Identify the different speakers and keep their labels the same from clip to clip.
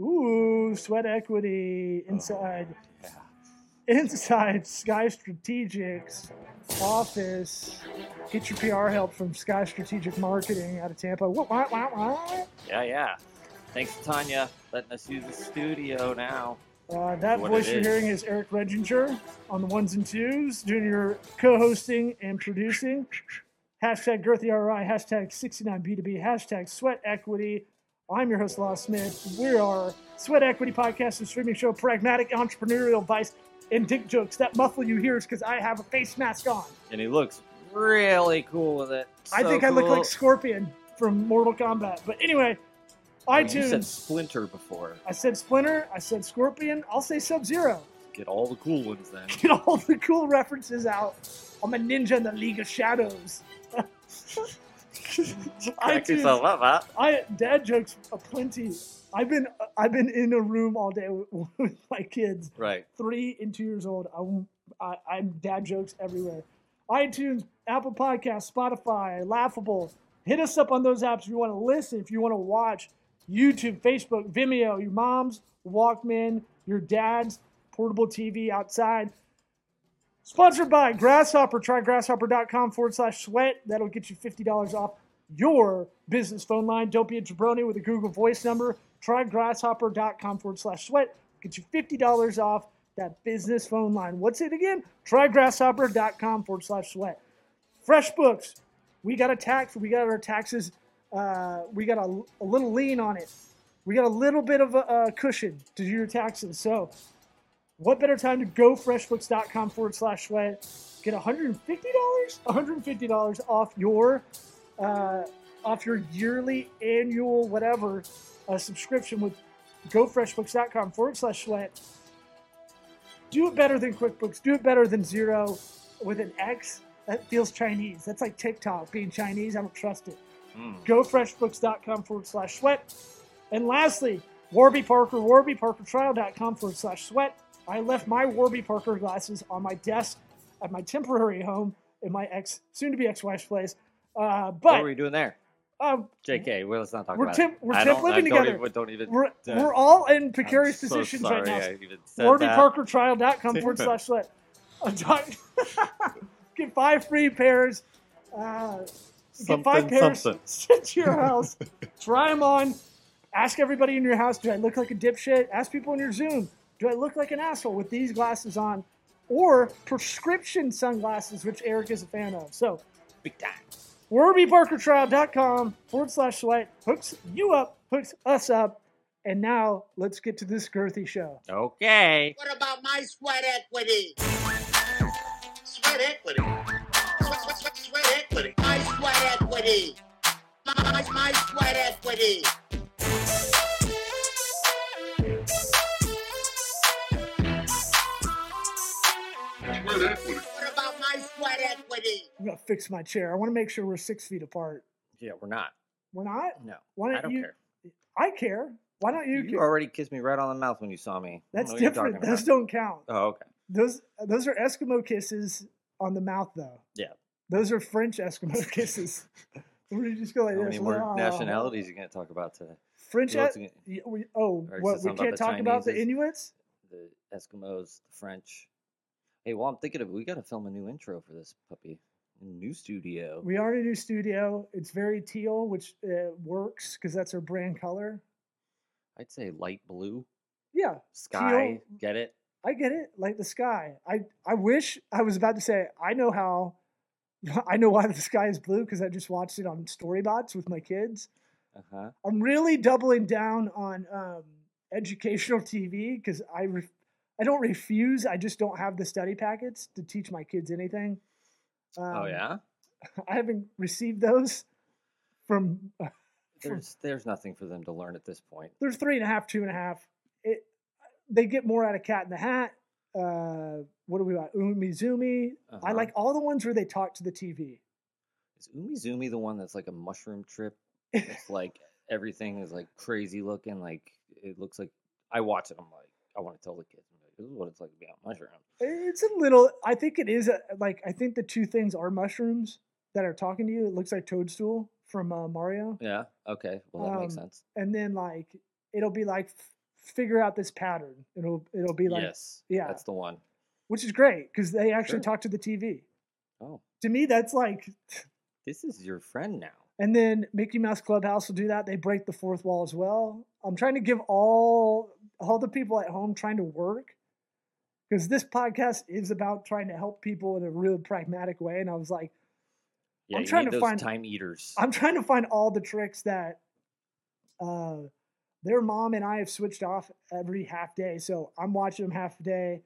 Speaker 1: Ooh, sweat equity inside
Speaker 2: Yeah.
Speaker 1: inside Sky Strategics office. Get your PR help from Sky Strategic Marketing out of Tampa. Wah, wah, wah, wah.
Speaker 2: Yeah, yeah. Thanks, Tanya, letting us use the studio now.
Speaker 1: Uh, that
Speaker 2: What
Speaker 1: voice
Speaker 2: it
Speaker 1: you're
Speaker 2: is.
Speaker 1: hearing is Eric Reginger on the ones and twos, doing your co-hosting and producing. Hashtag GirthyRI, hashtag 69B2B, hashtag Sweat Equity. I'm your host, Law Smith. We are Sweat Equity Podcast and Streaming Show, pragmatic entrepreneurial advice and dick jokes. That muffle you hear is because I have a face mask on.
Speaker 2: And he looks really cool with it.
Speaker 1: I
Speaker 2: So
Speaker 1: think I look
Speaker 2: cool.
Speaker 1: like Scorpion from Mortal Kombat. But anyway,
Speaker 2: I mean, You
Speaker 1: iTunes.
Speaker 2: said Splinter before.
Speaker 1: I said Splinter. I said Scorpion. I'll say Sub Zero.
Speaker 2: Get all the cool ones then.
Speaker 1: Get all the cool references out. I'm a ninja in the League of Shadows.
Speaker 2: Crack
Speaker 1: iTunes.
Speaker 2: yourself up, huh?
Speaker 1: I dad jokes aplenty. I've been I've been in a room all day with, with my kids,
Speaker 2: Right.
Speaker 1: three and two years old. I'm I, I'm dad jokes everywhere. iTunes, Apple Podcasts, Spotify, Laughable. Hit us up on those apps if you want to listen, if you want to watch. YouTube, Facebook, Vimeo, your mom's Walkman, your dad's portable TV outside. Sponsored by Grasshopper. Try grasshopper.com forward slash sweat. That'll get you $50 off your business phone line. Don't be a jabroni with a Google voice number. Try grasshopper.com forward slash sweat. Get you $50 off that business phone line. What's it again? Try grasshopper.com forward slash sweat. Fresh books. We got a tax. We got our taxes. Uh, we got a, a little lean on it. We got a little bit of a, a cushion to do your taxes. So, what better time to go freshbooks.com forward slash sweat? Get $150, $150 off your uh, off your yearly, annual, whatever uh, subscription with gofreshbooks.com forward slash sweat. Do it better than QuickBooks. Do it better than Zero with an X. That feels Chinese. That's like TikTok being Chinese. I don't trust it
Speaker 2: Mm.
Speaker 1: gofreshbooks.com forward slash sweat. And lastly, Warby Parker, warbyparkertrial.com forward slash sweat. I left my Warby Parker glasses on my desk at my temporary home in my ex, soon to be ex wife's place. Uh,
Speaker 2: What were
Speaker 1: but
Speaker 2: we doing there?
Speaker 1: um,
Speaker 2: JK, well, let's not talk
Speaker 1: We're
Speaker 2: about
Speaker 1: temp-
Speaker 2: it.
Speaker 1: we're
Speaker 2: I
Speaker 1: temp
Speaker 2: don't-
Speaker 1: living
Speaker 2: I don't
Speaker 1: together.
Speaker 2: Even, don't even.
Speaker 1: we're,
Speaker 2: uh,
Speaker 1: we're all in
Speaker 2: I'm
Speaker 1: precarious
Speaker 2: so
Speaker 1: positions
Speaker 2: sorry
Speaker 1: right now.
Speaker 2: I even said that.
Speaker 1: WarbyParkerTrial.com forward
Speaker 2: Damn it.
Speaker 1: slash sweat. A doc- Get five free pairs. Uh, get five
Speaker 2: Something,
Speaker 1: pairs
Speaker 2: something.
Speaker 1: sent to your house. Try them on. Ask everybody in your house, do I look like a dipshit? Ask people in your Zoom, do I look like an asshole with these glasses on? Or prescription sunglasses, which Eric is a fan of. So,
Speaker 2: Big time.
Speaker 1: WarbyBarkerTrial.com forward slash sweat hooks you up, hooks us up. And now let's get to this girthy show.
Speaker 2: Okay.
Speaker 3: What about my sweat equity? Sweat equity. Sweat, sweat, sweat, sweat equity. My sweat equity. My, my, my sweat equity. What about my sweat equity?
Speaker 1: I'm going to fix my chair. I want to make sure we're six feet apart.
Speaker 2: Yeah, we're not.
Speaker 1: We're not?
Speaker 2: No.
Speaker 1: Why don't
Speaker 2: I don't
Speaker 1: you?
Speaker 2: care.
Speaker 1: I care. Why don't you,
Speaker 2: You
Speaker 1: care?
Speaker 2: already kissed me right on the mouth when you saw me. I don't
Speaker 1: That's
Speaker 2: know what you're
Speaker 1: different.
Speaker 2: talking
Speaker 1: Those
Speaker 2: about.
Speaker 1: don't count.
Speaker 2: Oh, okay.
Speaker 1: Those those are Eskimo kisses on the mouth, though.
Speaker 2: Yeah.
Speaker 1: Those are French Eskimo kisses. Where you just go like
Speaker 2: How
Speaker 1: this.
Speaker 2: many more
Speaker 1: "Ah."
Speaker 2: nationalities are you going to talk about today?
Speaker 1: French.
Speaker 2: You
Speaker 1: Es-
Speaker 2: also get
Speaker 1: y- we, oh,
Speaker 2: Or is
Speaker 1: what
Speaker 2: this
Speaker 1: we
Speaker 2: something
Speaker 1: can't
Speaker 2: about the
Speaker 1: talk about the
Speaker 2: Chinese is-
Speaker 1: Inuits.
Speaker 2: The Eskimos, the French. Hey, while I'm thinking of it, we got to film a new intro for this puppy. New studio.
Speaker 1: We are in a new studio. It's very teal, which uh, works because that's our brand color.
Speaker 2: I'd say light blue.
Speaker 1: Yeah,
Speaker 2: Sky. Get it?
Speaker 1: I get it. Like the sky. I I wish I was about to say I know how. I know why the sky is blue because I just watched it on Storybots with my kids.
Speaker 2: Uh huh.
Speaker 1: I'm really doubling down on um, educational TV because I re- I don't refuse. I just don't have the study packets to teach my kids anything. Um,
Speaker 2: oh, yeah?
Speaker 1: I haven't received those from. from-
Speaker 2: There's there's nothing for them to learn at this point.
Speaker 1: they're three and a half, two and a half. It, they get more out of Cat in the Hat. Uh, what do we got? Umizoomi. I
Speaker 2: Uh-huh.
Speaker 1: like all the ones where they talk to the TV.
Speaker 2: Is Umizoomi the one that's like a mushroom trip? It's like everything is like crazy looking. Like it looks like I watch it. I'm like, I want to tell the kids. I'm like, this is what it's like to be on mushroom.
Speaker 1: It's a little. I think it is a, like I think the two things are mushrooms that are talking to you. It looks like Toadstool from uh, Mario,
Speaker 2: Yeah. Okay. Well, that makes
Speaker 1: Um,
Speaker 2: sense.
Speaker 1: and then like it'll be like figure out this pattern. It'll it'll be like
Speaker 2: yes.
Speaker 1: yeah.
Speaker 2: That's the one.
Speaker 1: which is great because they actually
Speaker 2: Sure.
Speaker 1: talk to the TV.
Speaker 2: Oh,
Speaker 1: To me, that's like.
Speaker 2: this is your friend now.
Speaker 1: And then Mickey Mouse Clubhouse will do that. They break the fourth wall as well. I'm trying to give all all the people at home trying to work because this podcast is about trying to help people in a real pragmatic way. And I was like,
Speaker 2: Yeah,
Speaker 1: I'm
Speaker 2: you
Speaker 1: trying
Speaker 2: need
Speaker 1: to
Speaker 2: those
Speaker 1: find-
Speaker 2: time eaters.
Speaker 1: I'm trying to find all the tricks that uh, their mom and I have switched off every half day. So I'm watching them half day,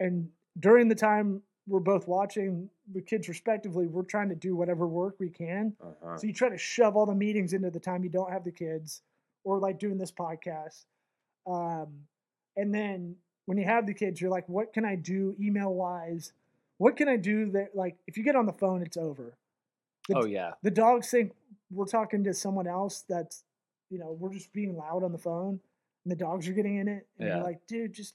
Speaker 1: and during the time we're both watching the kids respectively, we're trying to do whatever work we can.
Speaker 2: Uh-huh.
Speaker 1: So you try to shove all the meetings into the time you don't have the kids, or like doing this podcast. Um, and then when you have the kids, you're like, what can I do email wise? What can I do that like if you get on the phone, it's over the-
Speaker 2: oh yeah.
Speaker 1: the dogs think we're talking to someone else that's you know we're just being loud on the phone and the dogs are getting in it and
Speaker 2: Yeah.
Speaker 1: you're like dude just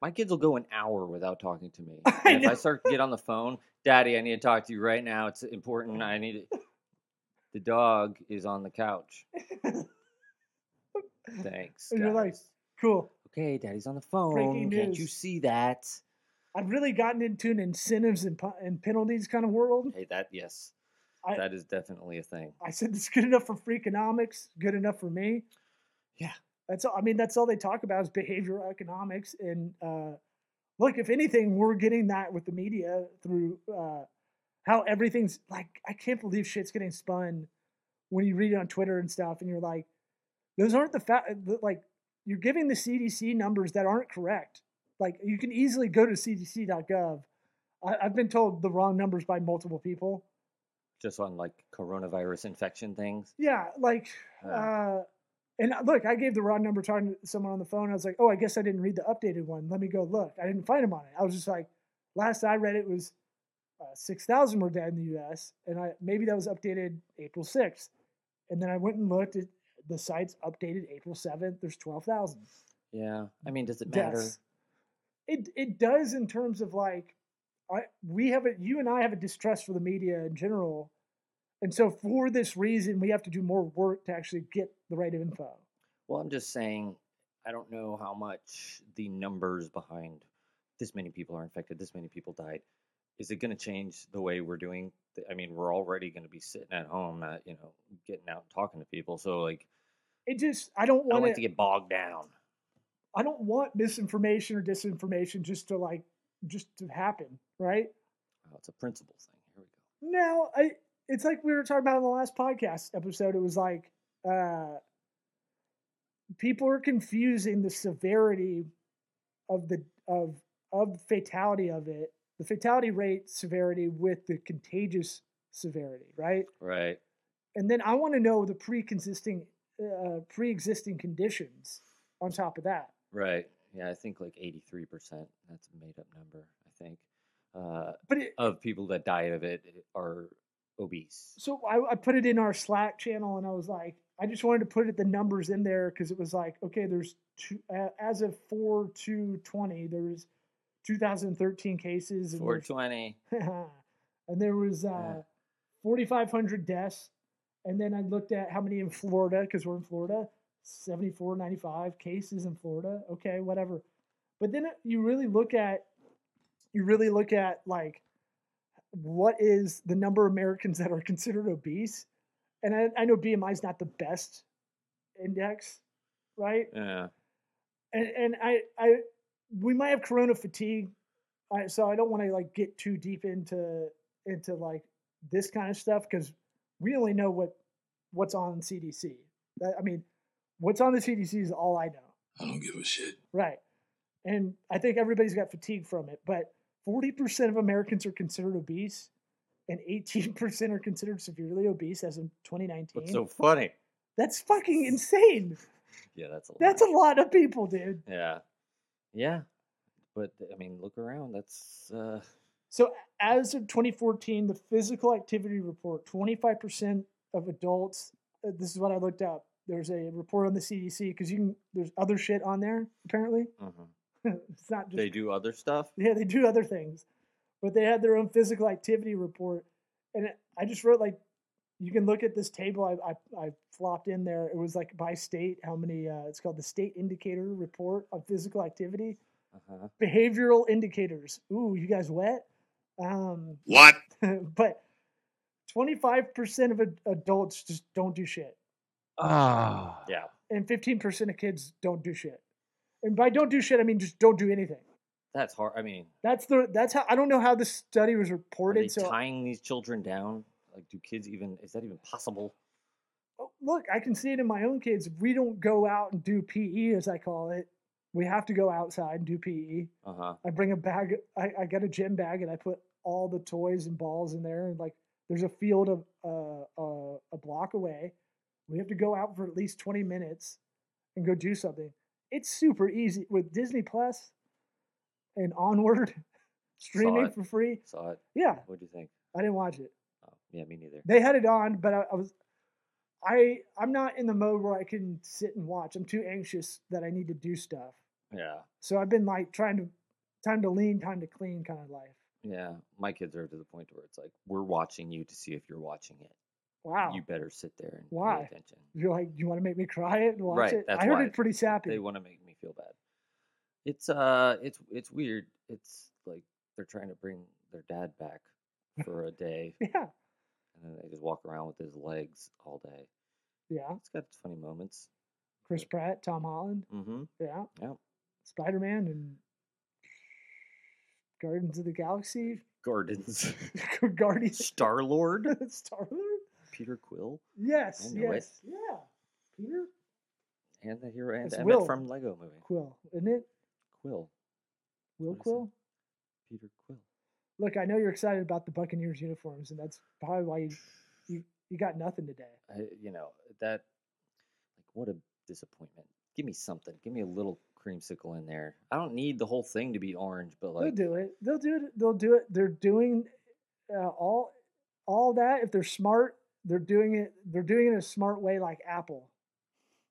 Speaker 2: My kids will go an hour without talking to me.
Speaker 1: I
Speaker 2: And if I
Speaker 1: know.
Speaker 2: start to get on the phone, Daddy, I need to talk to you right now. It's important. I need to... The dog is on the couch. Thanks.
Speaker 1: And you're like-
Speaker 2: guys.
Speaker 1: cool
Speaker 2: okay, Daddy's on the
Speaker 1: Breaking
Speaker 2: phone. Can't you
Speaker 1: news.
Speaker 2: see that?
Speaker 1: i've really gotten into an incentives and, pu- and penalties kind of world
Speaker 2: Hey, that yes,
Speaker 1: I-
Speaker 2: that is definitely a thing.
Speaker 1: i said it's good enough for freakonomics good enough for me
Speaker 2: Yeah.
Speaker 1: that's all i mean that's all they talk about is behavioral economics and uh look if anything we're getting that with the media through uh how everything's like i can't believe shit's getting spun when you read it on twitter and stuff and you're like those aren't the fact like you're giving the cdc numbers that aren't correct like you can easily go to cdc.gov I, i've been told the wrong numbers by multiple people
Speaker 2: Just on like coronavirus infection things.
Speaker 1: yeah like
Speaker 2: Uh,
Speaker 1: uh, and uh, look, I gave the raw number talking to someone on the phone. I was like, oh, I guess I didn't read the updated one. Let me go look. I didn't find him on it. I was just like, last I read it was uh, 6,000 were dead in the US. And I maybe that was updated April 6th. And then I went and looked at the sites updated April 7th. There's 12,000
Speaker 2: yeah. I mean, does it matter?
Speaker 1: deaths. It, it does in terms of like, I, we have a, you and I have a distrust for the media in general. And so for this reason, we have to do more work to actually get the right info.
Speaker 2: Well, I'm just saying, I don't know how much the numbers behind this many people are infected, this many people died. Is it going to change the way we're doing? th- I mean, we're already going to be sitting at home, not you know, getting out and talking to people. So like,
Speaker 1: it just I don't
Speaker 2: I don't
Speaker 1: want
Speaker 2: like
Speaker 1: it,
Speaker 2: to get bogged down.
Speaker 1: I don't want misinformation or disinformation just to like just to happen, right?
Speaker 2: Oh, it's a principle thing. Here we go.
Speaker 1: No, I it's like we were talking about in the last podcast episode. It was like uh people are confusing the severity of the of of fatality of it, the fatality rate severity with the contagious severity, right?
Speaker 2: Right.
Speaker 1: And then I want to know the pre-consisting uh, pre-existing conditions on top of that.
Speaker 2: Right. Yeah, I think like 83%. That's a made up number, I think. Uh,
Speaker 1: But it,
Speaker 2: of people that died of it are obese.
Speaker 1: so I, I put it in our Slack channel, and I was like, I just wanted to put it the numbers in there because it was like, okay, there's two uh, as of four to twenty, there was two thousand thirteen cases, and, there's-
Speaker 2: 420.
Speaker 1: and there was uh,
Speaker 2: Yeah.
Speaker 1: forty five hundred deaths, and then I looked at how many in Florida because we're in Florida, 74, 95 cases in Florida. Okay, whatever. But then it- you really look at, you really look at like, what is the number of Americans that are considered obese? And I, I know BMI is not the best index, right?
Speaker 2: Yeah.
Speaker 1: And and I I we might have corona fatigue, I, so I don't want to like get too deep into into like this kind of stuff because we only know what what's on CDC. That- I mean, what's on the CDC is all I know.
Speaker 4: I don't give a shit.
Speaker 1: Right. And I think everybody's got fatigue from it, but 40% of Americans are considered obese and 18% are considered severely obese as in 2019.
Speaker 2: What's so funny?
Speaker 1: That's fucking insane.
Speaker 2: Yeah, that's a lot.
Speaker 1: That's a lot of people, dude.
Speaker 2: Yeah. Yeah. But I mean, look around. That's uh,
Speaker 1: So as of 2014, the physical activity report, 25% of adults, uh, this is what I looked up. There's a report on the CDC because you can, there's other shit on there apparently.
Speaker 2: mhm.
Speaker 1: it's not just
Speaker 2: they do other stuff.
Speaker 1: Yeah, they do other things, but they had their own physical activity report, and it- I just wrote like you can look at this table I, I, I flopped in there. It was like by state, how many, uh, it's called the State Indicator Report of Physical Activity.
Speaker 2: Uh-huh.
Speaker 1: Behavioral indicators. Ooh, you guys wet? Um,
Speaker 3: What?
Speaker 1: but 25% of ad- adults just don't do shit.
Speaker 4: Ah.
Speaker 2: Yeah.
Speaker 1: And 15% of kids don't do shit. And by don't do shit, I mean just don't do anything.
Speaker 2: That's hard. I mean,
Speaker 1: That's the, that's how, I don't know how this study was
Speaker 2: are they
Speaker 1: reported. So
Speaker 2: tying these children down? Like, do kids even? Is that even possible?
Speaker 1: Oh, look, I can see it in my own kids. If we don't go out and do PE, as I call it, we have to go outside and do E. PE.
Speaker 2: Uh huh.
Speaker 1: I bring a bag. I, I got a gym bag and I put all the toys and balls in there. And like, there's a field of uh, uh, a block away. We have to go out for at least 20 minutes and go do something. It's super easy with Disney Plus and onward streaming
Speaker 2: it.
Speaker 1: for free.
Speaker 2: Saw it.
Speaker 1: Yeah,
Speaker 2: What do you think?
Speaker 1: I didn't watch it.
Speaker 2: Oh, yeah, me neither.
Speaker 1: They had it on, but I, I was, I I'm not in the mode where I can sit and watch. I'm too anxious that I need to do stuff.
Speaker 2: Yeah.
Speaker 1: So I've been like trying to, time to lean, time to clean kind of life.
Speaker 2: Yeah. My kids are to the point where it's like, we're watching you to see if you're watching it.
Speaker 1: Wow.
Speaker 2: You better sit there and
Speaker 1: Why?
Speaker 2: pay attention.
Speaker 1: You, are like, you want to make me cry and watch
Speaker 2: Right,
Speaker 1: it?
Speaker 2: that's
Speaker 1: I heard
Speaker 2: why.
Speaker 1: it pretty sappy.
Speaker 2: They want to make me feel bad. It's uh, it's it's weird. It's like they're trying to bring their dad back for a day,
Speaker 1: yeah,
Speaker 2: and then they just walk around with his legs all day.
Speaker 1: yeah.
Speaker 2: It's got its funny moments.
Speaker 1: Chris Pratt, Tom Holland,
Speaker 2: Mm-hmm.
Speaker 1: yeah,
Speaker 2: Yeah.
Speaker 1: Spider Man and Guardians of the Galaxy,
Speaker 2: Gardens.
Speaker 1: Guardians
Speaker 2: Star Lord.
Speaker 1: Star Lord.
Speaker 2: Peter Quill.
Speaker 1: Yes,
Speaker 2: knew it.
Speaker 1: yes, yeah. Peter
Speaker 2: And the hero and
Speaker 1: It's
Speaker 2: Emmett
Speaker 1: Will.
Speaker 2: from Lego Movie.
Speaker 1: Quill, isn't it?
Speaker 2: Quill.
Speaker 1: Will
Speaker 2: What is it?
Speaker 1: Quill.
Speaker 2: Peter Quill.
Speaker 1: Look, I know you're excited about the Buccaneers uniforms, and that's probably why you you, you got nothing today.
Speaker 2: I, you know that. Like what a disappointment. Give me something. Give me a little creamsicle in there. I don't need the whole thing to be orange, but like
Speaker 1: they'll do it. They'll do it. They'll do it. They're doing uh, all all that. If they're smart, they're doing it. They're doing it in a smart way, like Apple.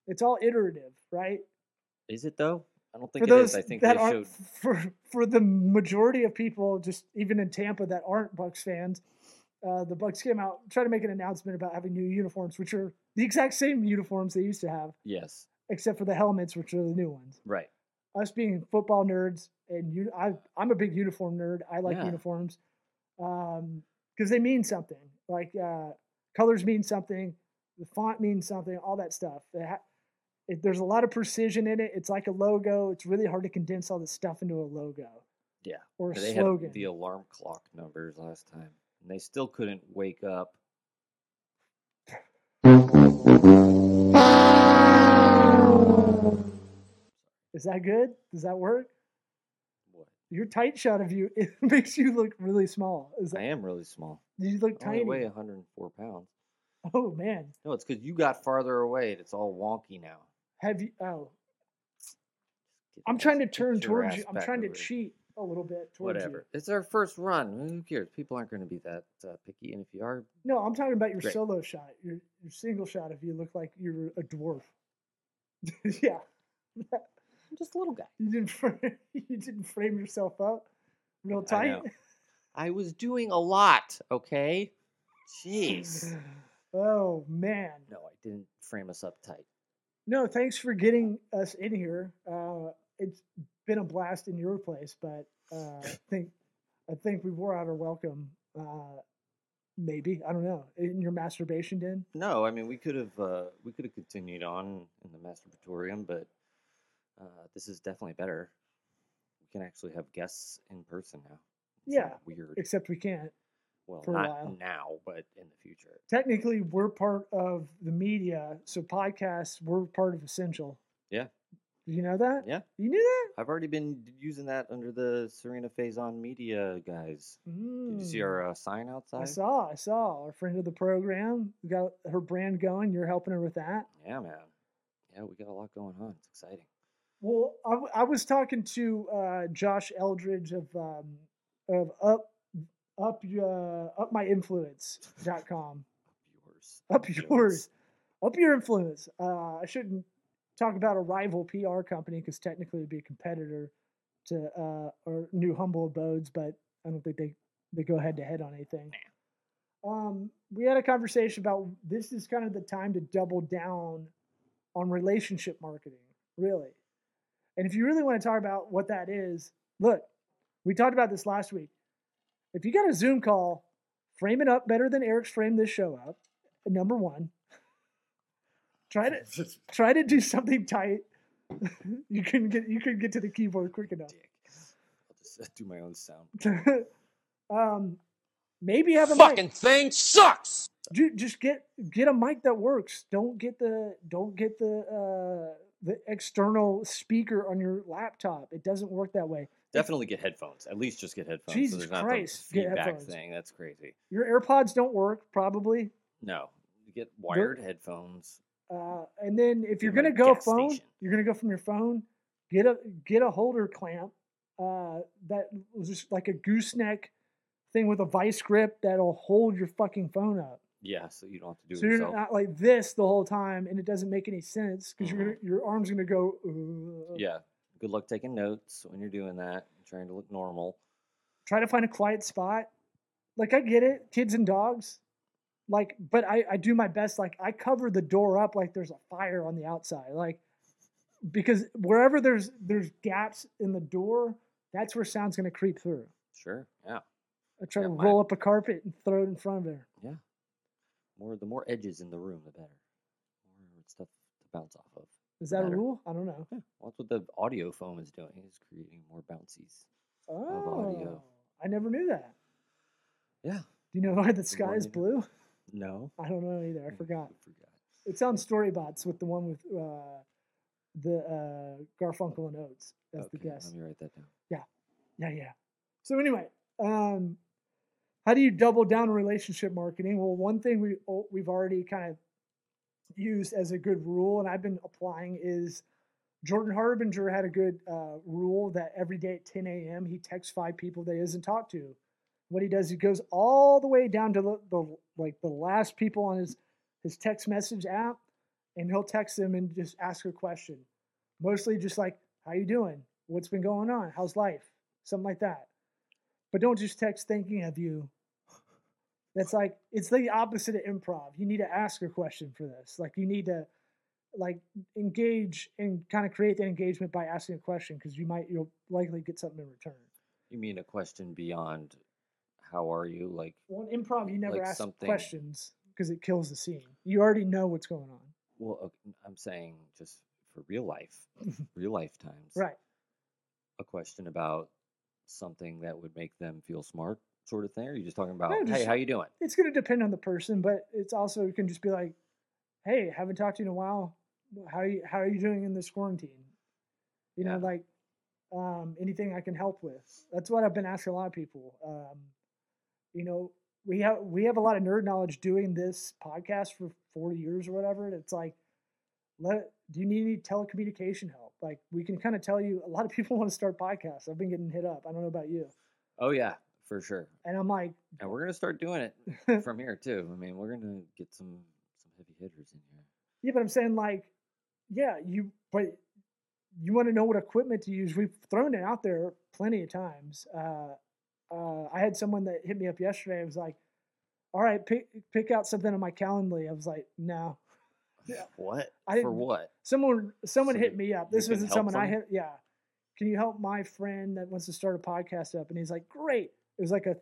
Speaker 1: It's all iterative, right?
Speaker 2: Is it though? I don't think
Speaker 1: For
Speaker 2: it is.
Speaker 1: those
Speaker 2: I think they
Speaker 1: that aren't,
Speaker 2: showed.
Speaker 1: for for the majority of people, just even in Tampa that aren't Bucks fans, uh, the Bucks came out trying to make an announcement about having new uniforms, which are the exact same uniforms they used to have,
Speaker 2: Yes,
Speaker 1: except for the helmets, which are the new ones.
Speaker 2: right.
Speaker 1: us being football nerds and you I, i'm a big uniform nerd i like
Speaker 2: Yeah.
Speaker 1: uniforms Um 'cause because they mean something like uh, colors mean something the font means something all that stuff They ha- it, there's a lot of precision in it it's like a logo it's really hard to condense all this stuff into a logo
Speaker 2: Yeah.
Speaker 1: or a
Speaker 2: They
Speaker 1: slogan
Speaker 2: had the alarm clock numbers last time, and they still couldn't wake up.
Speaker 1: is that good does that work
Speaker 2: What?
Speaker 1: your tight shot of you it makes you look really small is
Speaker 2: I
Speaker 1: that
Speaker 2: am really small.
Speaker 1: you look
Speaker 2: I only weigh
Speaker 1: tiny
Speaker 2: 104 pounds.
Speaker 1: oh man
Speaker 2: No, it's because you got farther away, and it's all wonky now.
Speaker 1: have you oh
Speaker 2: Get
Speaker 1: I'm
Speaker 2: the
Speaker 1: trying to
Speaker 2: ass-
Speaker 1: turn
Speaker 2: get your
Speaker 1: towards you.
Speaker 2: ass
Speaker 1: I'm
Speaker 2: back
Speaker 1: trying to
Speaker 2: over here.
Speaker 1: cheat a little bit towards
Speaker 2: Whatever. It's our first run. Who cares? People aren't going to be that uh, picky, and if you are,
Speaker 1: you. No, I'm talking about your
Speaker 2: Great.
Speaker 1: solo shot. Your your single shot if you look like you're a dwarf. yeah.
Speaker 2: I'm just a little guy.
Speaker 1: You didn't frame, you didn't frame yourself up real
Speaker 2: I,
Speaker 1: tight.
Speaker 2: know. I was doing a lot. Okay. Jeez.
Speaker 1: Oh man.
Speaker 2: No, I didn't frame us up tight.
Speaker 1: No, thanks for getting us in here. Uh, it's been a blast in your place, but uh, I think I think we wore out our welcome. Uh, maybe I don't know in your masturbation den.
Speaker 2: No, I mean we could have uh, we could have continued on in the masturbatorium, but uh, this is definitely better. We can actually have guests in person now. It's not
Speaker 1: Yeah,
Speaker 2: weird.
Speaker 1: Except we can't.
Speaker 2: well,
Speaker 1: for a while.
Speaker 2: not now, but in the future.
Speaker 1: technically we're part of the media so podcasts we're part of essential
Speaker 2: Yeah.
Speaker 1: you know that
Speaker 2: Yeah.
Speaker 1: you knew that
Speaker 2: I've already been d- using that under the Serena Faison Media guys. Did you see
Speaker 1: Mm.
Speaker 2: our uh, sign outside?
Speaker 1: i saw i saw our friend of the program we got her brand going you're helping her with that
Speaker 2: Yeah, man. Yeah, we got a lot going on. It's exciting.
Speaker 1: well i, w- I was talking to uh, josh eldridge of um, of up up uh, up my influence.com
Speaker 2: Yours.
Speaker 1: up
Speaker 2: Yours.
Speaker 1: yours up your influence uh, i shouldn't talk about a rival pr company because technically it'd be a competitor to uh, or new humble abodes but i don't think they they go head to head on anything um, we had a conversation about this is kind of the time to double down on relationship marketing, really. And if you really want to talk about what that is, look, we talked about this last week. If you got a Zoom call, frame it up better than Eric's framed this show up. Number one, try to try to do something tight. you couldn't get you couldn't get to the keyboard quick enough.
Speaker 2: Dick. I'll just uh, do my own sound.
Speaker 1: um, maybe have a mic.
Speaker 4: Fucking thing sucks.
Speaker 1: Ju- just get get a mic that works. Don't get the don't get the uh, the external speaker on your laptop. It doesn't work that way.
Speaker 2: Definitely get headphones. At least just get headphones.
Speaker 1: Jesus
Speaker 2: so there's not
Speaker 1: Christ,
Speaker 2: the
Speaker 1: get
Speaker 2: feedback
Speaker 1: headphones.
Speaker 2: thing. That's crazy.
Speaker 1: Your AirPods don't work probably.
Speaker 2: No, you get wired headphones.
Speaker 1: Uh, and then if you're
Speaker 2: Get my
Speaker 1: gonna go
Speaker 2: gas
Speaker 1: phone,
Speaker 2: station.
Speaker 1: you're gonna go from your phone. Get a get a holder clamp uh, that was just like a gooseneck thing with a vice grip that'll hold your fucking phone up.
Speaker 2: Yeah, so you don't have to do
Speaker 1: so
Speaker 2: it
Speaker 1: you're
Speaker 2: yourself.
Speaker 1: not like this the whole time, and it doesn't make any sense because you're
Speaker 2: Mm-hmm.
Speaker 1: gonna, your arm's gonna go. uh,
Speaker 2: yeah. Good luck taking notes when you're doing that. and trying to look normal.
Speaker 1: Try to find a quiet spot. Like I get it, kids and dogs. Like, but I I do my best. Like I cover the door up like there's a fire on the outside. Like because wherever there's there's gaps in the door, that's where sound's gonna creep through.
Speaker 2: Sure. Yeah.
Speaker 1: I try
Speaker 2: Yeah,
Speaker 1: to
Speaker 2: mine-
Speaker 1: roll up a carpet and throw it in front of there.
Speaker 2: More the more edges in the room, the better. More stuff to bounce off of.
Speaker 1: Is that a
Speaker 2: Better.
Speaker 1: rule? I don't know.
Speaker 2: Yeah. Well, that's what the audio foam is doing. Is creating more bouncies.
Speaker 1: Oh,
Speaker 2: audio.
Speaker 1: I never knew that.
Speaker 2: uh, Yeah.
Speaker 1: Do you know why the sky is
Speaker 2: morning.
Speaker 1: blue?
Speaker 2: No.
Speaker 1: I don't know either. I
Speaker 2: Mm,
Speaker 1: forgot.
Speaker 2: I forgot.
Speaker 1: It sounds storybots with the one with uh, the uh, Garfunkel and Oates as the
Speaker 2: Okay,
Speaker 1: guest.
Speaker 2: Let me write that down.
Speaker 1: Yeah, yeah. So anyway, um, how do you double down on relationship marketing? Well, one thing we al- we've already kind of used as a good rule, and I've been applying is Jordan Harbinger had a good uh, rule that every day at 10 a.m. he texts five people that he doesn't talk to. What he does, he goes all the way down to the, the like the last people on his his text message app, and he'll text them and just ask a question, mostly just like, "How you doing? What's been going on? How's life?" something like that. But don't just text thinking of you. That's like it's the opposite of improv. You need to ask a question for this. Like you need to like engage and kind of create that engagement by asking a question because you might you'll likely get something in return.
Speaker 2: You mean a question beyond "How are you?" Like
Speaker 1: Well, in improv, you never
Speaker 2: Like
Speaker 1: ask
Speaker 2: something-
Speaker 1: questions because it kills the scene. You already know what's going on,
Speaker 2: Well, ok- I'm saying just for real life, real life times.
Speaker 1: right?
Speaker 2: A question about something that would make them feel smart, sort of thing. Or are you just talking about, hey,
Speaker 1: just-
Speaker 2: how you doing?
Speaker 1: It's going to depend on the person, but it's also it can just be like, "Hey, haven't talked to you in a while. How you how are you doing in this quarantine? You know,
Speaker 2: Yeah.
Speaker 1: like um, anything I can help with. That's what I've been asking a lot of people. Um, you know, we have we have a lot of nerd knowledge doing this podcast for four years or whatever. And it's like, let do you need any telecommunication help? Like we can kind of tell you. A lot of people want to start podcasts. I've been getting hit up. I don't know about you.
Speaker 2: Oh yeah, for sure.
Speaker 1: And I'm like,
Speaker 2: And we're gonna start doing it from here too. I mean, we're gonna get some some heavy hitters in here.
Speaker 1: Yeah, but I'm saying like, yeah, you but you want to know what equipment to use. We've thrown it out there plenty of times. Uh, uh, I had someone that hit me up yesterday. I was like, "All right, pick pick out something on my Calendly." I was like, "No." Yeah.
Speaker 2: What?
Speaker 1: I
Speaker 2: for
Speaker 1: didn't-
Speaker 2: what?
Speaker 1: Someone someone
Speaker 2: So
Speaker 1: hit
Speaker 2: you-
Speaker 1: me up.
Speaker 2: you
Speaker 1: This
Speaker 2: can
Speaker 1: wasn't
Speaker 2: help
Speaker 1: someone I
Speaker 2: them?
Speaker 1: hit. Yeah, can you help my friend that wants to start a podcast up? And he's like, "Great." It was like a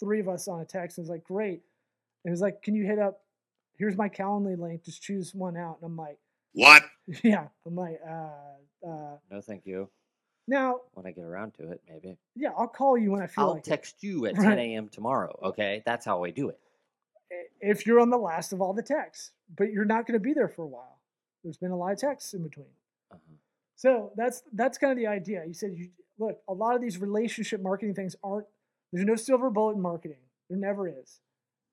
Speaker 1: three of us on a text. And it was like, "Great." And it was like, "Can you hit up? Here's my Calendly link. Just choose one out." And I'm like.
Speaker 3: What?
Speaker 1: Yeah, I'm like, uh, uh,
Speaker 2: No, thank you.
Speaker 1: now,
Speaker 2: When I get around to it, maybe
Speaker 1: yeah, I'll call you when I feel
Speaker 2: I'll
Speaker 1: like it.
Speaker 2: text you at
Speaker 1: Right.
Speaker 2: 10 a.m. tomorrow. Okay, that's how I do it.
Speaker 1: I- eh, if you're on the last of all the texts, but you're not going to be there for a while. There's been a lot of texts in between.
Speaker 2: Uh-huh.
Speaker 1: So that's that's kind of the idea. You said you look, a lot of these relationship marketing things aren't. There's no silver bullet in marketing. There never is.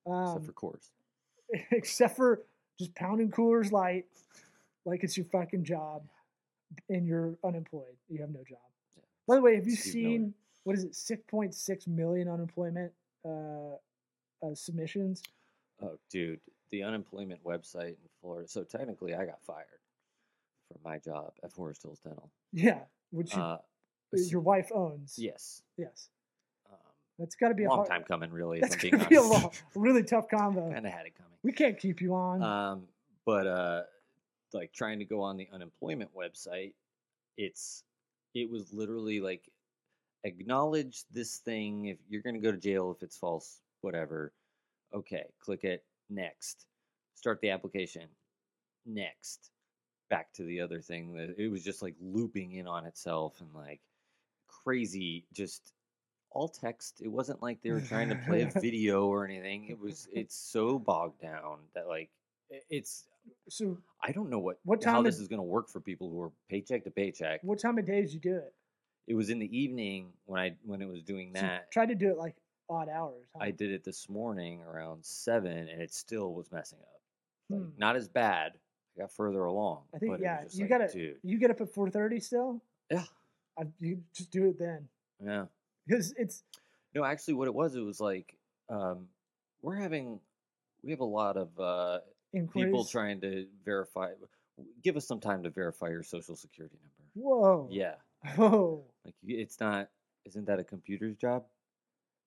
Speaker 1: Um,
Speaker 2: Except for course.
Speaker 1: except for just pounding Coors Light like it's your fucking job and you're unemployed. You have no job.
Speaker 2: Yeah.
Speaker 1: By the way, have you
Speaker 2: Steve Miller.
Speaker 1: seen what is it, 6.6 million unemployment uh, uh, submissions?
Speaker 2: Oh, dude, the unemployment website in Florida. So technically, I got fired from my job at Forest Hills Dental.
Speaker 1: Yeah, which you,
Speaker 2: Uh, s-
Speaker 1: your wife owns.
Speaker 2: yes.
Speaker 1: Yes.
Speaker 2: Um,
Speaker 1: That's got to be a
Speaker 2: long
Speaker 1: hard,
Speaker 2: time coming, really. If
Speaker 1: That's
Speaker 2: I'm
Speaker 1: going
Speaker 2: being
Speaker 1: to be a
Speaker 2: honest,
Speaker 1: long, really tough combo.
Speaker 2: kind of had it coming.
Speaker 1: We can't keep you on.
Speaker 2: Um, but uh, like trying to go on the unemployment website, it's it was literally like acknowledge this thing. If you're gonna go to jail, if it's false, whatever. Okay, click it. Next, start the application. Next, back to the other thing. that- It was just like looping in on itself and like crazy, just all text. It wasn't like they were trying to play a video or anything. It was. It's so bogged down that like i- it's.
Speaker 1: so,
Speaker 2: I don't know what,
Speaker 1: What
Speaker 2: how
Speaker 1: time
Speaker 2: this
Speaker 1: is-
Speaker 2: is going to work for people who are paycheck to paycheck.
Speaker 1: what time of day did you do it?
Speaker 2: It was in the evening when I when it was doing
Speaker 1: So you
Speaker 2: that.
Speaker 1: tried to do it like odd hours. huh?
Speaker 2: I did it this morning around seven, and it still was messing up. Like,
Speaker 1: Hmm.
Speaker 2: Not as bad. I got further along.
Speaker 1: I think
Speaker 2: but it
Speaker 1: yeah.
Speaker 2: was just
Speaker 1: You
Speaker 2: like,
Speaker 1: gotta
Speaker 2: dude.
Speaker 1: you get up at four thirty still.
Speaker 2: Yeah.
Speaker 1: I, you just do it then
Speaker 2: Yeah.
Speaker 1: because it's
Speaker 2: No, actually, what it was, it was like um, we're having we have a lot of uh,
Speaker 1: inquiries.
Speaker 2: people trying to verify. Give us some time to verify your social security number.
Speaker 1: Whoa.
Speaker 2: Yeah,
Speaker 1: Whoa.
Speaker 2: like y- it's not. Isn't that a computer's job?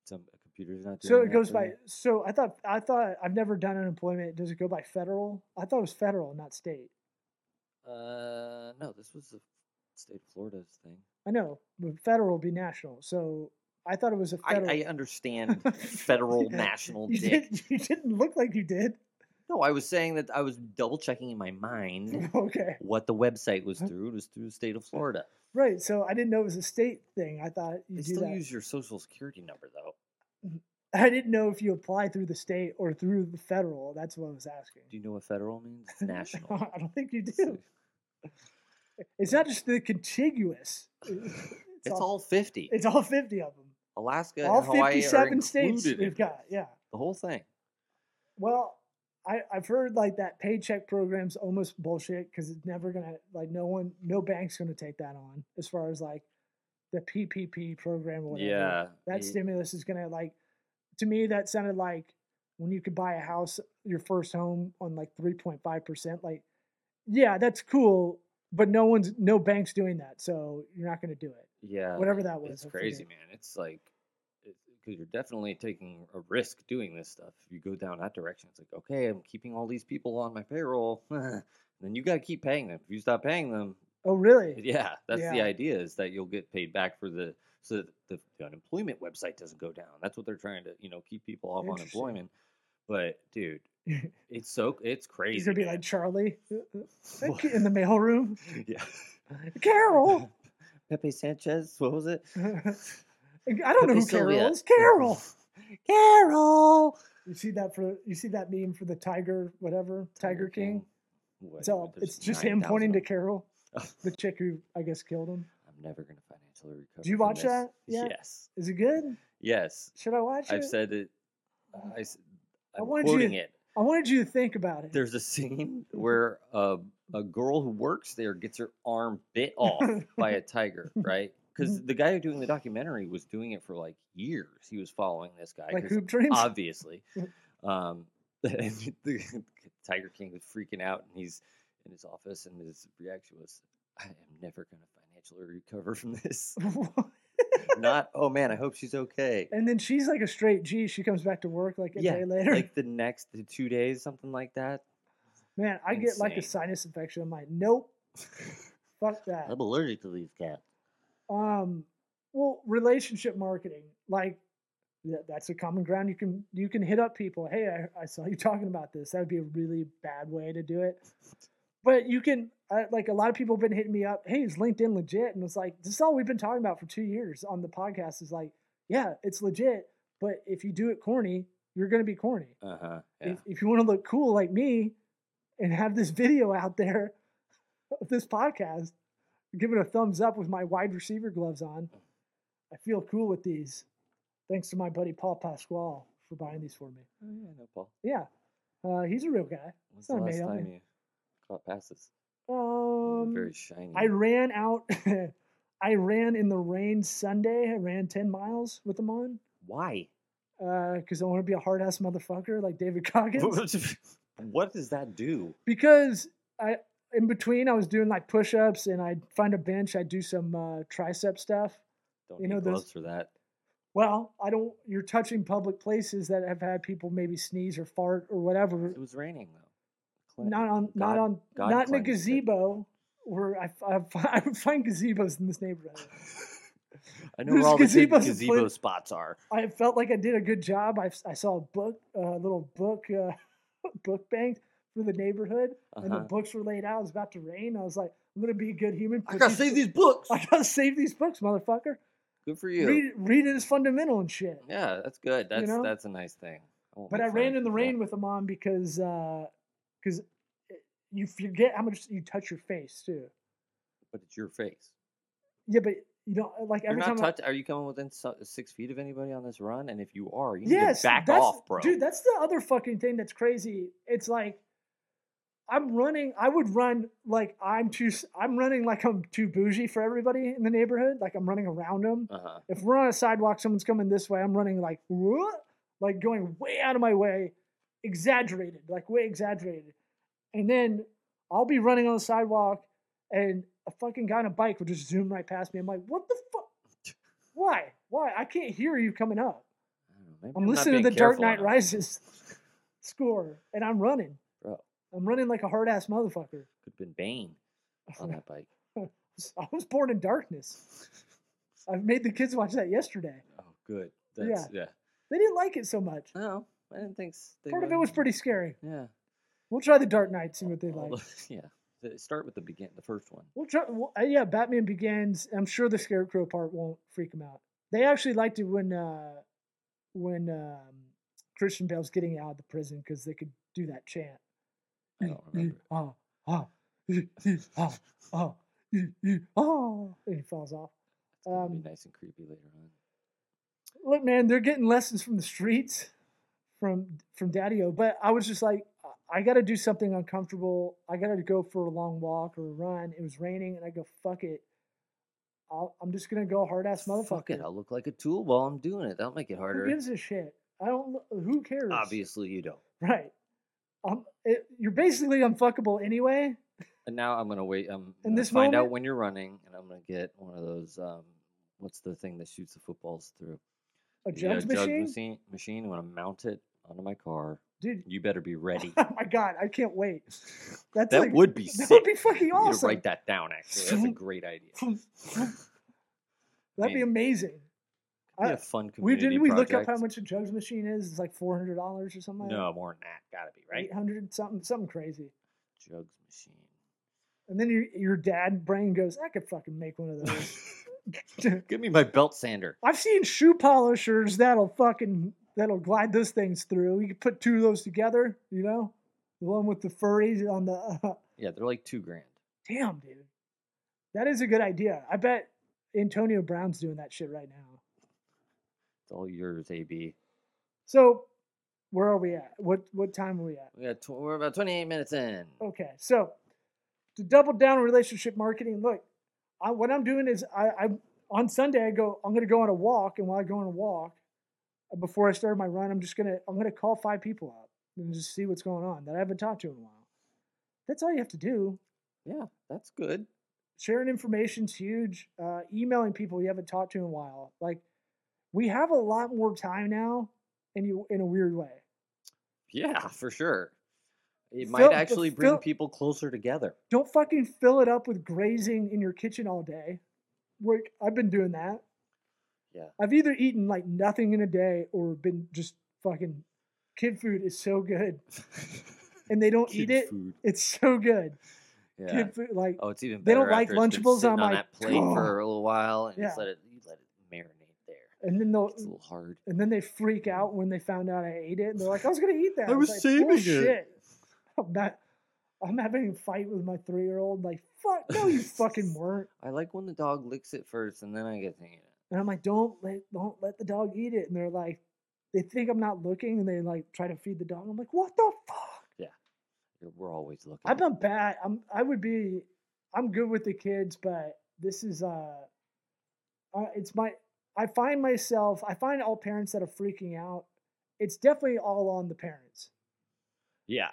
Speaker 2: Some a computer's not. Doing
Speaker 1: So it
Speaker 2: that
Speaker 1: goes
Speaker 2: for
Speaker 1: by.
Speaker 2: you?
Speaker 1: So I thought I thought I've never done unemployment. Does it go by federal? I thought it was federal, not state.
Speaker 2: Uh, no, this was the state of Florida's thing.
Speaker 1: I know, but federal would be national. So I thought it was a federal.
Speaker 2: I, I understand federal national
Speaker 1: you,
Speaker 2: dick.
Speaker 1: did, you didn't look like you did.
Speaker 2: No, I was saying that I was double checking in my mind
Speaker 1: Okay.
Speaker 2: what the website was through. It was through the state of Florida.
Speaker 1: Right. So I didn't know it was a state thing. I thought you
Speaker 2: They
Speaker 1: do
Speaker 2: still
Speaker 1: that.
Speaker 2: use your social security number though.
Speaker 1: I didn't know if you apply through the state or through the federal. That's what I was asking.
Speaker 2: Do you know what federal means? It's national.
Speaker 1: I don't think you
Speaker 2: So,
Speaker 1: do. It's not just the contiguous. It's,
Speaker 2: It's, all fifty.
Speaker 1: It's all fifty of them.
Speaker 2: Alaska
Speaker 1: all
Speaker 2: and Hawaii
Speaker 1: fifty-seven
Speaker 2: are
Speaker 1: states
Speaker 2: included in
Speaker 1: we've got.
Speaker 2: this.
Speaker 1: Yeah.
Speaker 2: The whole thing.
Speaker 1: Well, I, I've heard like that paycheck program's almost bullshit because it's never gonna like no one, no bank's gonna take that on as far as like the PPP program or whatever.
Speaker 2: Yeah.
Speaker 1: that
Speaker 2: y-
Speaker 1: stimulus is gonna like. To me, that sounded like when you could buy a house, your first home on like three point five percent. Like, yeah, that's cool, but no one's, no bank's doing that, so you're not gonna do it.
Speaker 2: yeah.
Speaker 1: whatever that was,
Speaker 2: It's
Speaker 1: I forget.
Speaker 2: Oh, crazy, man. It's like because you're definitely taking a risk doing this stuff. If you go down that direction, it's like, okay, I'm keeping all these people on my payroll. then you got to keep paying them. If you stop paying them,
Speaker 1: Oh, really?
Speaker 2: yeah, that's the
Speaker 1: Yeah.
Speaker 2: idea is that you'll get paid back for the so that the, the unemployment website doesn't go down. That's what they're trying to, you know, keep people off
Speaker 1: Interesting.
Speaker 2: unemployment. But dude, it's so it's crazy.
Speaker 1: He's gonna be
Speaker 2: man.
Speaker 1: like Charlie uh, uh,
Speaker 2: Well,
Speaker 1: in the mailroom.
Speaker 2: yeah.
Speaker 1: Carol.
Speaker 2: Pepe Sanchez, what was it?
Speaker 1: I don't know
Speaker 2: Pepe
Speaker 1: who Carol
Speaker 2: Sylvia.
Speaker 1: is. Carol.
Speaker 2: Carol.
Speaker 1: You see that for you see that meme for the tiger, whatever Tiger King.
Speaker 2: What-
Speaker 1: It's all
Speaker 2: there's
Speaker 1: it's just him pointing to
Speaker 2: 9,000
Speaker 1: Carol,
Speaker 2: of them.
Speaker 1: the chick who I guess killed him.
Speaker 2: I'm never gonna financially recover.
Speaker 1: Do you
Speaker 2: from
Speaker 1: watch
Speaker 2: this.
Speaker 1: that yet?
Speaker 2: Yes.
Speaker 1: Is it good?
Speaker 2: Yes.
Speaker 1: Should I watch it?
Speaker 2: I've said it. I, s-
Speaker 1: I
Speaker 2: I'm
Speaker 1: wanted you
Speaker 2: quoting
Speaker 1: to-
Speaker 2: it.
Speaker 1: I wanted you to think about it.
Speaker 2: There's a scene where a, a girl who works there gets her arm bit off by a tiger, right? Because the guy who doing the documentary was doing it for like years. He was following this guy.
Speaker 1: like
Speaker 2: 'cause
Speaker 1: hoop dreams.
Speaker 2: obviously. Um, and the Tiger King was freaking out, and he's in his office, and his reaction was, "I am never going to financially recover from this." Not, oh man, I hope she's okay.
Speaker 1: and then she's like a straight G. She comes back to work like a
Speaker 2: Yeah,
Speaker 1: day later.
Speaker 2: Like the next the two days, something like that.
Speaker 1: Man, I get like a
Speaker 2: insane.
Speaker 1: sinus infection. I'm like, nope. Fuck that.
Speaker 2: allergic to these cats.
Speaker 1: um well relationship marketing like tha- that's a common ground you can you can hit up people hey i, I saw you talking about this that would be a really bad way to do it but you can I, like a lot of people have been hitting me up hey is linkedin legit and it's like this is all we've been talking about for two years on the podcast is like yeah it's legit but if you do it corny you're going to be corny
Speaker 2: Uh huh. Yeah.
Speaker 1: if, if you want to look cool like me and have this video out there of this podcast, give it a thumbs up with my wide receiver gloves on. I feel cool with these. Thanks to my buddy Paul Pasquale for buying these for me.
Speaker 2: Oh, yeah, no, Paul.
Speaker 1: Yeah, uh, he's a real guy.
Speaker 2: When's
Speaker 1: It's
Speaker 2: the
Speaker 1: not
Speaker 2: last
Speaker 1: made up,
Speaker 2: time
Speaker 1: man.
Speaker 2: you caught passes? They were
Speaker 1: Um,
Speaker 2: very shiny.
Speaker 1: I ran out. I ran in the rain Sunday. I ran ten miles with them on
Speaker 2: Why?
Speaker 1: because I want to be a hard ass motherfucker like David Coggins.
Speaker 2: what does that do?
Speaker 1: because I in between I was doing like push-ups and I'd find a bench, I'd do some uh, tricep stuff.
Speaker 2: Don't
Speaker 1: You
Speaker 2: you
Speaker 1: know,
Speaker 2: need
Speaker 1: those-
Speaker 2: gloves for that.
Speaker 1: Well, I don't. You're touching public places that have had people maybe sneeze or fart or whatever.
Speaker 2: It was raining though. Clint-
Speaker 1: Not on, not
Speaker 2: God-
Speaker 1: on,
Speaker 2: God
Speaker 1: not in a
Speaker 2: cleansed it.
Speaker 1: gazebo. Where I, I, I find gazebos in this neighborhood.
Speaker 2: I know where
Speaker 1: There's
Speaker 2: all the good
Speaker 1: gazebos in
Speaker 2: gazebo
Speaker 1: Flint.
Speaker 2: spots are.
Speaker 1: I felt like I did a good job. I, I saw a book, a little book, uh, book bank for the neighborhood, and the
Speaker 2: Uh-huh.
Speaker 1: books were laid out. It was about to rain. I was like, I'm gonna be a good human.
Speaker 2: I
Speaker 1: put
Speaker 2: gotta
Speaker 1: these-
Speaker 2: save these books.
Speaker 1: I gotta save these books, motherfucker.
Speaker 2: Good for you.
Speaker 1: Read, reading is fundamental and shit.
Speaker 2: Yeah, that's good. That's
Speaker 1: know?
Speaker 2: that's a nice thing. won't
Speaker 1: But I
Speaker 2: make fun
Speaker 1: ran
Speaker 2: of
Speaker 1: in the
Speaker 2: people.
Speaker 1: rain with them on because because you forget how much you touch your face too.
Speaker 2: But it's your face.
Speaker 1: Yeah, but you know, like every
Speaker 2: You're not
Speaker 1: time. I-
Speaker 2: touch- Are you coming within so- six feet of anybody on this run? And if you are, you
Speaker 1: yes,
Speaker 2: need to back
Speaker 1: that's,
Speaker 2: off, bro.
Speaker 1: Dude, that's the other fucking thing that's crazy. It's like I'm running. I would run like I'm too. s- I'm running like I'm too bougie for everybody in the neighborhood. Like I'm running around them.
Speaker 2: uh-huh.
Speaker 1: If we're on a sidewalk, someone's coming this way. I'm running like what? Like going way out of my way, exaggerated, like way exaggerated. And then I'll be running on the sidewalk, and a fucking guy on a bike will just zoom right past me. I'm like, what the fuck? Why? Why? I can't hear you coming up.
Speaker 2: I don't know, maybe
Speaker 1: I'm,
Speaker 2: not
Speaker 1: listening to
Speaker 2: being
Speaker 1: the Dark
Speaker 2: careful
Speaker 1: Knight
Speaker 2: enough.
Speaker 1: Rises score, and I'm running.
Speaker 2: Bro.
Speaker 1: I'm running like a hard ass motherfucker.
Speaker 2: Could have been Bane on that bike.
Speaker 1: I was born in darkness. I made the kids watch that yesterday.
Speaker 2: Oh, good. That's, yeah.
Speaker 1: They didn't like it so much.
Speaker 2: No, I didn't think. s- they
Speaker 1: Part of
Speaker 2: would.
Speaker 1: it was pretty scary.
Speaker 2: Yeah.
Speaker 1: We'll try the Dark Knight, see what they
Speaker 2: All
Speaker 1: like.
Speaker 2: the- yeah. The- Start with the begin, the first one.
Speaker 1: We'll try. Well, uh, yeah, Batman Begins. I'm sure the Scarecrow part won't freak them out. They actually liked it when uh, when um, Christian Bale's getting out of the prison because they could do that chant.
Speaker 2: I don't remember.
Speaker 1: Ah, ah, ee, ee, ah, ah, ee, ee, ah, and he falls off.
Speaker 2: It's gonna
Speaker 1: Um,
Speaker 2: be nice and creepy later on.
Speaker 1: look, man, they're getting lessons from the streets, from from Daddy O. But I was just like, I got to do something uncomfortable. I got to go for a long walk or a run. It was raining, and I go, fuck it. I'll, I'm just gonna go hard ass motherfucker.
Speaker 2: Fuck it. I'll look like a tool while I'm doing it. That'll make it
Speaker 1: Who
Speaker 2: harder.
Speaker 1: gives a shit? I don't. Who cares?
Speaker 2: Obviously, you don't.
Speaker 1: Right. Um, it, you're basically unfuckable anyway.
Speaker 2: And now I'm gonna wait. I'm
Speaker 1: In
Speaker 2: gonna
Speaker 1: this
Speaker 2: find out
Speaker 1: moment-
Speaker 2: when you're running, and I'm gonna get one of those. Um, what's the thing that shoots the footballs through?
Speaker 1: A
Speaker 2: The, uh,
Speaker 1: jugs machine,
Speaker 2: machine. Machine. I'm gonna mount it onto my car.
Speaker 1: dude.
Speaker 2: You better be ready.
Speaker 1: Oh my god, I can't wait. That's
Speaker 2: that
Speaker 1: like,
Speaker 2: would be
Speaker 1: that
Speaker 2: sick.
Speaker 1: would be fucking
Speaker 2: You need to
Speaker 1: awesome.
Speaker 2: write that down. Actually, that's a great idea.
Speaker 1: That'd be
Speaker 2: Man.
Speaker 1: amazing.
Speaker 2: Be
Speaker 1: I-
Speaker 2: a fun
Speaker 1: We
Speaker 2: community
Speaker 1: didn't we look up how
Speaker 2: project.
Speaker 1: much a jugs machine is? It's like four hundred dollars or something. like
Speaker 2: No, more than that. Gotta be
Speaker 1: that.
Speaker 2: right.
Speaker 1: eight hundred something, something crazy.
Speaker 2: Jugs machine.
Speaker 1: And then your your dad brain goes, I could fucking make one of those.
Speaker 2: Give me my belt sander.
Speaker 1: I've seen shoe polishers that'll fucking that'll glide those things through. You could put two of those together, you know, the one with the furries on the.
Speaker 2: Yeah, they're like two grand.
Speaker 1: damn, dude, that is a good idea. I bet Antonio Brown's doing that shit right now.
Speaker 2: It's all yours, AB.
Speaker 1: So, where are we at? What what time are we at?
Speaker 2: We got tw- we're about 28 minutes in.
Speaker 1: Okay, so to double down on relationship marketing, look, I, what I'm doing is I, I on Sunday I go I'm going to go on a walk, and while I go on a walk, uh, before I start my run, I'm just gonna I'm gonna call five people up and just see what's going on that I haven't talked to in a while. That's all you have to do.
Speaker 2: Yeah, that's good.
Speaker 1: Sharing information's huge. Uh, emailing people you haven't talked to in a while, like we have a lot more time now, in you in a weird way.
Speaker 2: Yeah, for sure. It
Speaker 1: Fill-
Speaker 2: might
Speaker 1: the
Speaker 2: actually bring
Speaker 1: fill-
Speaker 2: people closer together.
Speaker 1: don't fucking fill it up with grazing in your kitchen all day. Like I've been doing that.
Speaker 2: Yeah.
Speaker 1: I've either eaten like nothing in a day or been just fucking kid food is so good. And they don't eat
Speaker 2: Kid
Speaker 1: it.
Speaker 2: food.
Speaker 1: It's so good.
Speaker 2: Yeah.
Speaker 1: Kid food like
Speaker 2: oh, it's even better.
Speaker 1: they don't like
Speaker 2: after it's been
Speaker 1: Lunchables,
Speaker 2: sitting
Speaker 1: I'm
Speaker 2: on
Speaker 1: like,
Speaker 2: that plate for a little while and
Speaker 1: Yeah. Oh, mm.
Speaker 2: just let it you let it marinate there.
Speaker 1: and then they'll
Speaker 2: It's a little hard.
Speaker 1: and then they freak out when they found out I ate it and they're like, I was gonna eat that.
Speaker 2: I
Speaker 1: It's
Speaker 2: was
Speaker 1: like,
Speaker 2: saving it.
Speaker 1: "Bullshit." I'm not I'm having a fight with my three year old, like, fuck no you fucking weren't.
Speaker 2: I like when the dog licks it first and then I get to eat it.
Speaker 1: And I'm like, don't let don't let the dog eat it. And they're like, they think I'm not looking, and they like try to feed the dog. I'm like, what the fuck?
Speaker 2: You're- We're always looking.
Speaker 1: I've been bad. I'm I would be, I'm good with the kids, but this is uh, uh it's my I find myself I find all parents that are freaking out. It's definitely all on the parents.
Speaker 2: yeah.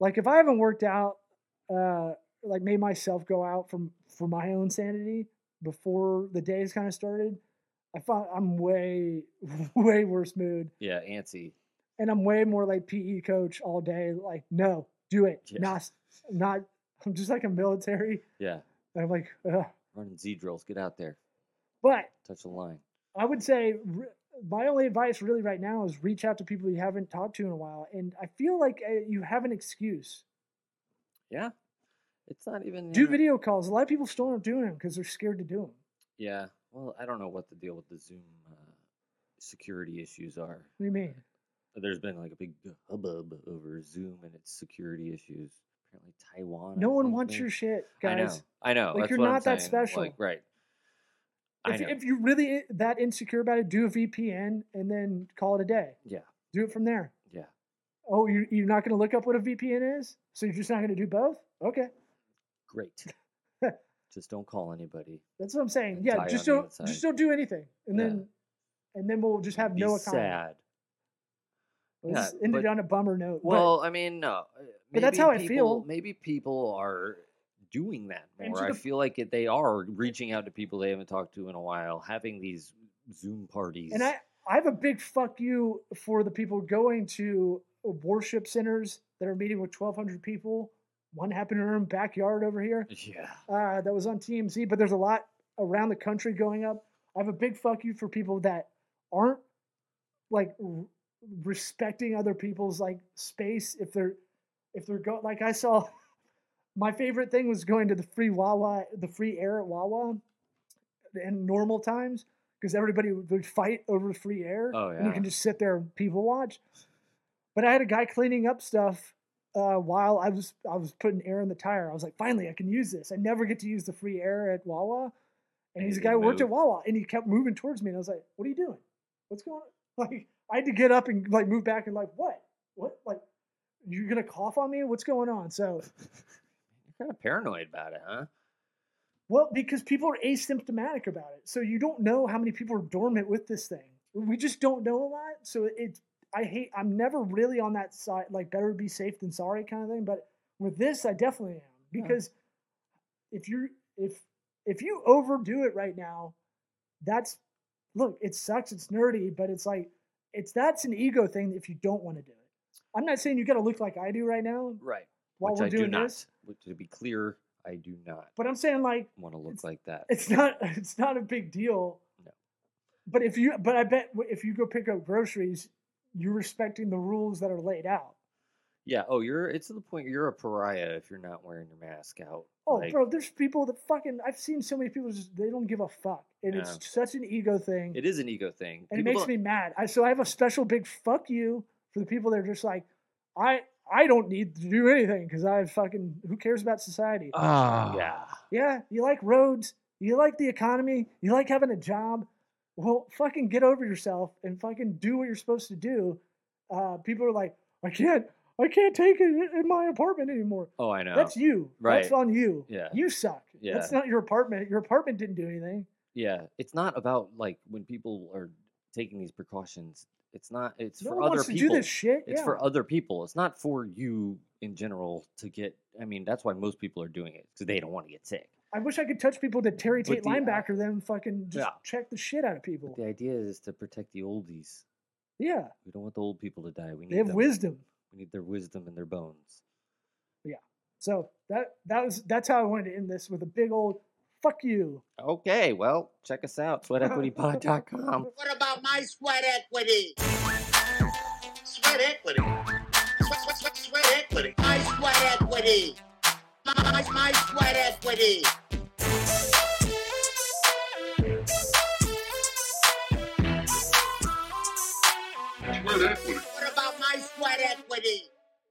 Speaker 1: Like if I haven't worked out, uh, like made myself go out from for my own sanity before the days kind of started, I find I'm way way worse mood,
Speaker 2: Yeah, antsy.
Speaker 1: and I'm way more like PE coach all day. Like, no, do it.
Speaker 2: Yeah.
Speaker 1: Not not. I'm just like a military.
Speaker 2: Yeah,
Speaker 1: And I'm like, Ugh.
Speaker 2: running Z drills. Get out there,
Speaker 1: but
Speaker 2: touch the line.
Speaker 1: I would say re- my only advice really right now is reach out to people you haven't talked to in a while, and I feel like uh, you have an excuse.
Speaker 2: Yeah, it's not even
Speaker 1: Do
Speaker 2: you know-
Speaker 1: video calls. A lot of people still aren't doing them because they're scared to do them.
Speaker 2: Yeah. Well, I don't know what the deal with the Zoom uh, security issues are.
Speaker 1: What do you mean?
Speaker 2: There's been like a big hubbub over Zoom and its security issues. Apparently, Taiwan.
Speaker 1: No
Speaker 2: I
Speaker 1: one
Speaker 2: think,
Speaker 1: wants
Speaker 2: maybe.
Speaker 1: your shit, guys.
Speaker 2: I know. I know.
Speaker 1: Like,
Speaker 2: That's
Speaker 1: you're
Speaker 2: what I'm
Speaker 1: not that
Speaker 2: saying,
Speaker 1: special.
Speaker 2: Like, right. I
Speaker 1: If,
Speaker 2: know.
Speaker 1: if you're really i- that insecure about it, do a VPN and then call it a day.
Speaker 2: yeah.
Speaker 1: Do it from there.
Speaker 2: Yeah.
Speaker 1: Oh, you're, you're not going to look up what a VPN is? So you're just not going to do both? Okay.
Speaker 2: Great. Just don't call anybody.
Speaker 1: That's what I'm saying.
Speaker 2: And
Speaker 1: Yeah,
Speaker 2: die
Speaker 1: just
Speaker 2: on the
Speaker 1: don't
Speaker 2: inside.
Speaker 1: just don't do anything. And
Speaker 2: Yeah.
Speaker 1: then and then we'll just have
Speaker 2: Be
Speaker 1: no economy.
Speaker 2: sad. Yeah,
Speaker 1: This ended
Speaker 2: but-
Speaker 1: on a bummer note. but-
Speaker 2: Well, I mean, no. uh,
Speaker 1: but that's
Speaker 2: maybe
Speaker 1: how I
Speaker 2: people-
Speaker 1: feel.
Speaker 2: Maybe people are doing that
Speaker 1: And
Speaker 2: more.
Speaker 1: to
Speaker 2: I
Speaker 1: the-
Speaker 2: feel like it, they are reaching out to people they haven't talked to in a while, having these Zoom parties.
Speaker 1: and I I have a big fuck you for the people going to worship centers that are meeting with 1200 people. One happened in our own backyard over here.
Speaker 2: yeah,
Speaker 1: uh, that was on TMZ, but there's a lot around the country going up. I have a big fuck you for people that aren't like r- respecting other people's like space if they're if they're go like I saw my favorite thing was going to the free Wawa the free air at Wawa in normal times because everybody would would fight over free air
Speaker 2: Oh,
Speaker 1: and you can
Speaker 2: yeah.
Speaker 1: just sit there and people watch. But I had a guy cleaning up stuff uh, while I was I was putting air in the tire. I was like, finally, I can use this. I never get to use the free air at Wawa. And
Speaker 2: And
Speaker 1: he's a
Speaker 2: you
Speaker 1: guy who worked at
Speaker 2: move.
Speaker 1: Wawa, and he kept moving towards me, and I was like, "What are you doing? What's going on?" Like, I had to get up and like move back, and like, what? What? Like, you're gonna cough on me? What's going on? So,
Speaker 2: you're kind of paranoid about it, huh?
Speaker 1: well, because people are asymptomatic about it, so you don't know how many people are dormant with this thing. We just don't know a lot, so it's. I hate. I'm never really on that side, like better be safe than sorry kind of thing. But with this, I definitely am
Speaker 2: Yeah.
Speaker 1: because if you if if you overdo it right now, that's look. It sucks. It's nerdy, but it's like it's that's an ego thing. If you don't want to do it, I'm not saying you got to look like I do right now
Speaker 2: Right.
Speaker 1: while
Speaker 2: Which
Speaker 1: we're
Speaker 2: I
Speaker 1: doing
Speaker 2: do not.
Speaker 1: this.
Speaker 2: Which, to be clear, I do not
Speaker 1: But I'm saying like
Speaker 2: want to look like that.
Speaker 1: it's not it's not a big deal.
Speaker 2: No.
Speaker 1: But if you but I bet w- if you go pick up groceries, you're respecting the rules that are laid out.
Speaker 2: Yeah. Oh, you're. It's to the point you're a pariah if you're not wearing your mask out.
Speaker 1: Oh,
Speaker 2: like,
Speaker 1: bro, there's people that fucking I've seen so many people just they don't give a fuck, and
Speaker 2: Yeah.
Speaker 1: it's such an ego thing,
Speaker 2: It is an ego thing.
Speaker 1: and it
Speaker 2: People
Speaker 1: makes
Speaker 2: don't-
Speaker 1: me mad. I so I have a special big fuck you for the people that are just like, I I don't need to do anything because I fucking who cares about society?
Speaker 4: Ah.
Speaker 2: Yeah.
Speaker 1: Yeah, you like roads, you like the economy, you like having a job. Well, fucking get over yourself and fucking do what you're supposed to do. Uh, people are like, I can't, I can't take it in- in my apartment anymore.
Speaker 2: Oh, I know.
Speaker 1: That's you. That's
Speaker 2: Right.
Speaker 1: on you.
Speaker 2: Yeah.
Speaker 1: You suck. That's
Speaker 2: Yeah.
Speaker 1: not your apartment. Your apartment didn't do anything.
Speaker 2: Yeah, it's not about like when people are taking these precautions. It's not. It's
Speaker 1: no
Speaker 2: for
Speaker 1: one
Speaker 2: other
Speaker 1: wants to
Speaker 2: people.
Speaker 1: do this shit.
Speaker 2: It's
Speaker 1: yeah.
Speaker 2: for other people. It's not for you in general to get. I mean, that's why most people are doing it because they don't want to get sick.
Speaker 1: I wish I could touch people to Terry
Speaker 2: But
Speaker 1: Tate
Speaker 2: the- uh,
Speaker 1: linebacker them fucking just
Speaker 2: Yeah.
Speaker 1: check the shit out of people.
Speaker 2: But the idea is to protect the oldies.
Speaker 1: yeah.
Speaker 2: We don't want the old people to die. We need
Speaker 1: They have
Speaker 2: them.
Speaker 1: wisdom.
Speaker 2: We need their wisdom and their bones.
Speaker 1: So that that was that's how I wanted to end this with a big old fuck you.
Speaker 2: Okay, well, check us out, sweatequitypod.com.
Speaker 3: What about my sweat equity? Sweat equity. Sweat, sweat, sweat, sweat equity. My sweat equity. My, my, my sweat equity. What about my sweat equity?